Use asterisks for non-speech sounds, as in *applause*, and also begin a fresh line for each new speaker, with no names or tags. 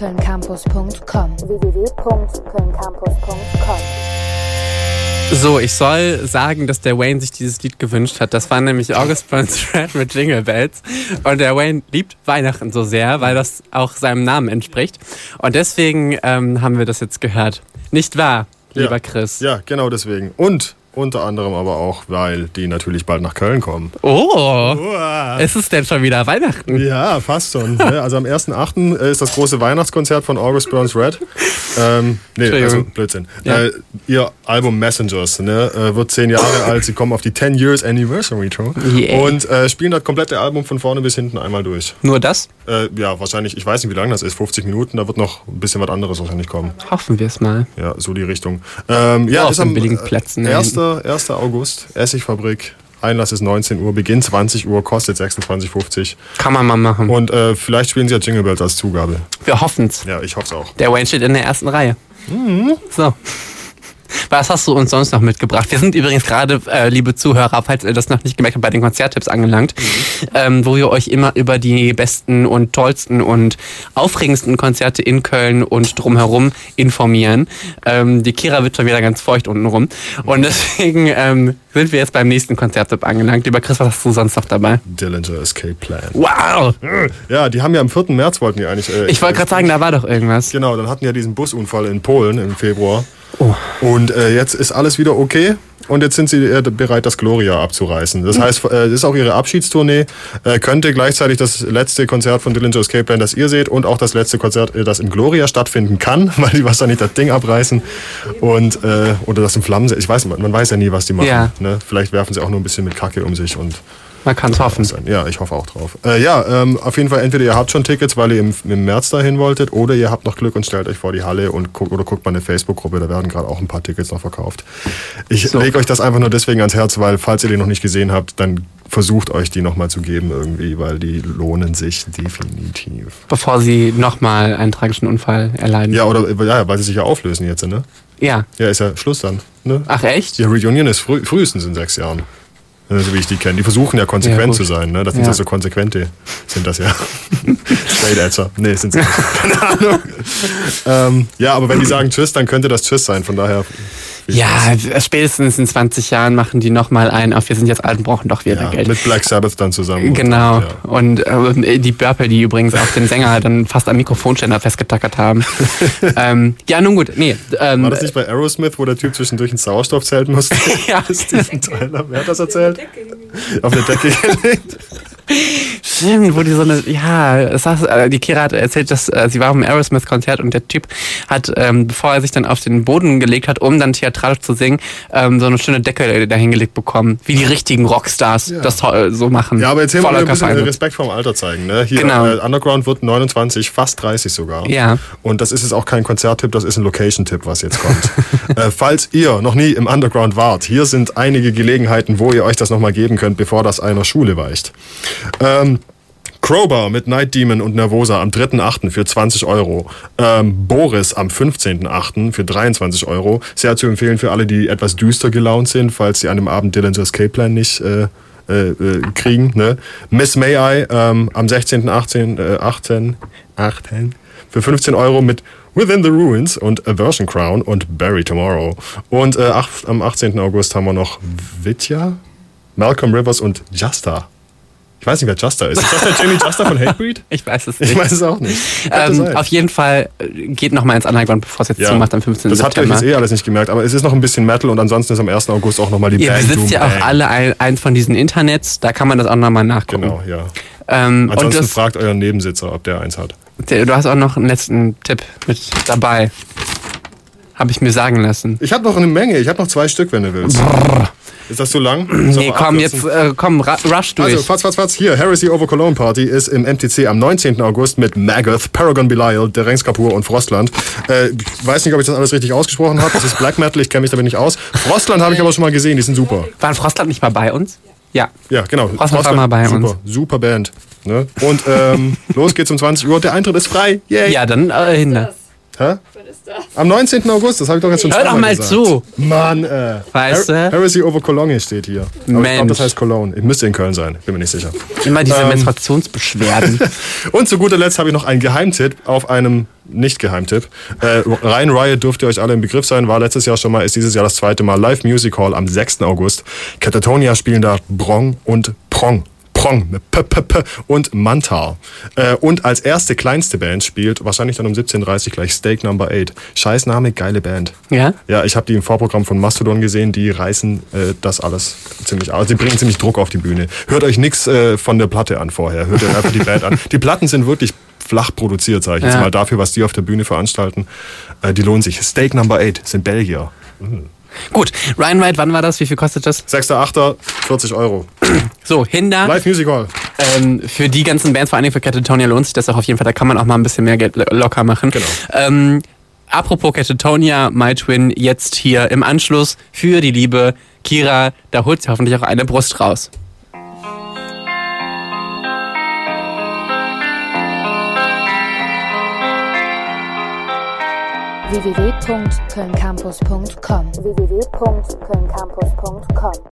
www.kölncampus.com. www.kölncampus.com.
So, ich soll sagen, dass der Wayne sich dieses Lied gewünscht hat. Das war nämlich August Burns *laughs* Red mit Jingle Bells. Und der Wayne liebt Weihnachten so sehr, weil das auch seinem Namen entspricht. Und deswegen ähm, haben wir das jetzt gehört. Nicht wahr, lieber
ja.
Chris?
Ja, genau deswegen. Und unter anderem aber auch, weil die natürlich bald nach Köln kommen.
Oh, ist es denn schon wieder Weihnachten?
Ja, fast schon. ne? Also am 1.8. ist das große Weihnachtskonzert von August Burns Red. Ähm, nee, also
Entschuldigung.
Blödsinn.
Ja.
Äh, ihr Album Messengers ne, äh, wird zehn Jahre alt. Sie kommen auf die 10 Years Anniversary Tour
Yeah.
und äh, spielen das komplette Album von vorne bis hinten einmal durch.
Nur das?
Äh, ja, wahrscheinlich, ich weiß nicht, wie lange das ist, 50 Minuten. Da wird noch ein bisschen was anderes wahrscheinlich kommen.
Hoffen wir es mal.
Ja, so die Richtung. Ähm, ja,
Auf
ist
den
am
billigen Plätzen da
1. 1. August, Essigfabrik. Einlass ist 19 Uhr, Beginn 20 Uhr, kostet 26,50.
Kann man mal machen.
Und äh, vielleicht spielen sie ja Jingle Bells als Zugabe.
Wir hoffen's.
Ja, ich hoff's auch.
Der Wayne steht in der ersten Reihe. So. Was hast du uns sonst noch mitgebracht? Wir sind übrigens gerade, äh, liebe Zuhörer, falls ihr das noch nicht gemerkt habt, bei den Konzerttipps angelangt, ähm, wo wir euch immer über die besten und tollsten und aufregendsten Konzerte in Köln und drumherum informieren. Ähm, die Kira wird schon wieder ganz feucht untenrum. Und deswegen ähm, sind wir jetzt beim nächsten Konzerttipp angelangt. Lieber Chris, was hast du sonst noch dabei?
Dillinger Escape Plan.
Wow!
Ja, die haben ja am 4. März wollten die eigentlich. Äh,
Ich wollte gerade sagen, da war doch irgendwas.
Genau, dann hatten ja diesen Busunfall in Polen im Februar.
Oh.
Und äh, jetzt ist alles wieder okay. Und jetzt sind sie äh, bereit, das Gloria abzureißen.
Hm.
Das heißt, äh, das ist auch ihre Abschiedstournee. Äh, könnte gleichzeitig das letzte Konzert von Dillinger Escape Plan, das ihr seht, und auch das letzte Konzert, äh, das im Gloria stattfinden kann, *laughs* weil die wahrscheinlich das Ding abreißen. Und, äh, oder das in Flammen. Ich weiß nicht, man weiß ja nie, was die machen.
Ja.
Ne? Vielleicht werfen sie auch nur ein bisschen mit Kacke um sich und
Man kann's hoffen.
sein. Ja, ich hoffe auch drauf. Äh, ja, ähm, auf jeden Fall, entweder ihr habt schon Tickets, weil ihr im, im März dahin wolltet, oder ihr habt noch Glück und stellt euch vor die Halle und guckt oder guckt mal eine Facebook-Gruppe, da werden gerade auch ein paar Tickets noch verkauft. Ich
So.
lege euch das einfach nur deswegen ans Herz, weil falls ihr die noch nicht gesehen habt, dann versucht euch die nochmal zu geben irgendwie, weil die lohnen sich definitiv.
Bevor sie nochmal einen tragischen Unfall erleiden.
Ja, oder ja, weil sie sich ja auflösen jetzt, ne?
Ja.
Ja, ist ja Schluss dann. Ne?
Ach echt?
Die Reunion ist früh, frühestens in sechs Jahren. Äh, So wie ich die kenne. Die versuchen ja konsequent
Ja, gut.
zu sein. Ne? Das sind
Ja.
ja so Konsequente, sind
*laughs*
das ja. Straight Edger. Nee, sind sie nicht. Keine Ahnung. ähm, ja, aber wenn die sagen Tschüss, dann könnte das Tschüss sein. Von daher.
Ja, spätestens in 20 Jahren machen die nochmal ein auf Wir sind jetzt alt und brauchen doch wieder
Ja,
Geld.
mit Black Sabbath dann zusammen.
Genau.
Ja.
Und ähm, die Burple, die übrigens auch den Sänger dann fast am Mikrofonständer festgetackert
*laughs*
haben. ähm, ja, nun gut. Nee. Ähm,
War das nicht bei Aerosmith, wo der Typ zwischendurch ins Sauerstoffzelt musste?
*laughs*
*laughs*
Ja.
Steven Tyler, wer hat das erzählt? Auf der Decke gelegt.
Stimmt, wo die so eine, ja, es saß, äh, die Kira hat erzählt, dass äh, sie war auf dem Aerosmith-Konzert und der Typ hat, ähm, bevor er sich dann auf den Boden gelegt hat, um dann theatralisch zu singen, ähm, so eine schöne Decke dahingelegt bekommen, wie die richtigen Rockstars
Ja.
das to- äh, so machen.
Ja, aber jetzt hier mal
Voller
ein bisschen
Körpereinsatz.
Respekt vorm Alter zeigen. Ne? Hier,
Genau.
äh, Underground wird 29, fast 30 sogar.
Ja.
Und das ist jetzt auch kein Konzerttipp, das ist ein Location-Tipp, was jetzt
*laughs*
kommt. äh, falls ihr noch nie im Underground wart, hier sind einige Gelegenheiten, wo ihr euch das nochmal geben könnt, bevor das einer Schule weicht. Ähm, Crowbar mit Night Demon und Nervosa am 3.8. für 20 Euro. Ähm, Boris am 15.8. für 23 Euro. Sehr zu empfehlen für alle, die etwas düster gelaunt sind, falls sie an dem Abend Dillinger Escape Plan nicht äh, äh, äh, kriegen. Ne? Miss May I ähm, am 16. 18. Äh, 18. 18. für 15 Euro mit Within the Ruins und Aversion Crown und Bury Tomorrow. Und äh, ach, am 18. August haben wir noch Vidya, Malcolm Rivers und Justa. Ich weiß nicht, wer Justa ist. Ist das der Jamie Justa von Hatebreed?
Ich weiß es nicht.
*laughs* Ich weiß es auch nicht. Könnte
ähm,
sein.
auf jeden Fall äh, geht nochmal ins Underground, bevor es jetzt zumacht am 15.
das habt ihr euch
September.
jetzt eh alles nicht gemerkt, aber es ist noch ein bisschen Metal und ansonsten ist am 1. August auch nochmal die
Ihr
Bang
besitzt
Doom,
ja auch
Bang.
alle ein, eins von diesen Internets, da kann man das auch nochmal nachgucken.
Genau, ja.
Ähm, und
Ansonsten
das,
fragt euren Nebensitzer, ob der eins hat.
Der- Du hast auch noch einen letzten Tipp mit dabei. Habe ich mir sagen lassen.
Ich habe noch eine Menge. Ich habe noch zwei Stück, wenn du willst. Ist das zu lang? Sollen
Nee,
wir
komm,
abkürzen?
jetzt äh, komm, ra rush durch.
Also, fatz, fatz, fatz. Hier, Heresy over Cologne Party ist im MTC am 19. August mit Magath, Paragon Belial, Derenx Kapoor und Frostland. Äh, ich weiß nicht, ob ich das alles richtig ausgesprochen habe. Das ist Black Metal, ich kenne mich damit nicht aus. Frostland habe ich aber schon mal gesehen, die sind super.
Waren Frostland nicht mal bei uns? Ja.
Ja, genau.
Frostland war mal bei
super,
uns. *laughs*
Super Band. Ne? Und ähm, los geht's um 20 Uhr. Der Eintritt ist frei. Yay.
Ja, dann äh, hin. da.
Hä?
Was ist das?
Am 19. August, das habe ich doch jetzt schon
Hör doch
zweimal
mal
gesagt.
zu.
Mann, äh.
Weißt
Her-
du?
Heresy over Cologne steht hier. Aber Ich glaub,
Mensch.
das heißt Cologne. Ich müsste in Köln sein, bin mir nicht sicher.
Immer diese
Ähm. *laughs*
Menstruationsbeschwerden.
Und zu guter Letzt habe ich noch einen Geheimtipp auf einem Nicht-Geheimtipp. Äh, Ryan Riot dürft ihr euch alle im Begriff sein, war letztes Jahr schon mal, ist dieses Jahr das zweite Mal Live Music Hall am 6. August. Catatonia spielen da Brong und Prong. Prong mit P -P -P und Mantar. Äh, und als erste kleinste Band spielt, wahrscheinlich dann um 17.30 Uhr gleich Steak Number 8. Scheiß Name, geile Band.
Ja?
Ja, ich habe die im Vorprogramm von Mastodon gesehen, die reißen äh, das alles ziemlich aus. Die bringen ziemlich Druck auf die Bühne. Hört euch nix äh, von der Platte an vorher, hört euch einfach die Band an. Die Platten sind wirklich flach produziert, sage ich jetzt
Ja.
mal, dafür, was die auf der Bühne veranstalten. Äh, die lohnen sich. Steak Number 8 sind Belgier.
Gut, Ryan Wright, wann war das? Wie viel kostet das?
6.8. 40 Euro.
So, Hinder.
Live Music Hall.
Ähm, für die ganzen Bands, vor allem für Catatonia, lohnt sich das auch auf jeden Fall. Da kann man auch mal ein bisschen mehr Geld lo- locker machen.
Genau.
Ähm, apropos Catatonia, My Twin, jetzt hier im Anschluss für die liebe Kira. Da holt sie hoffentlich auch eine Brust raus.
www.kölncampus.com www.kölncampus.com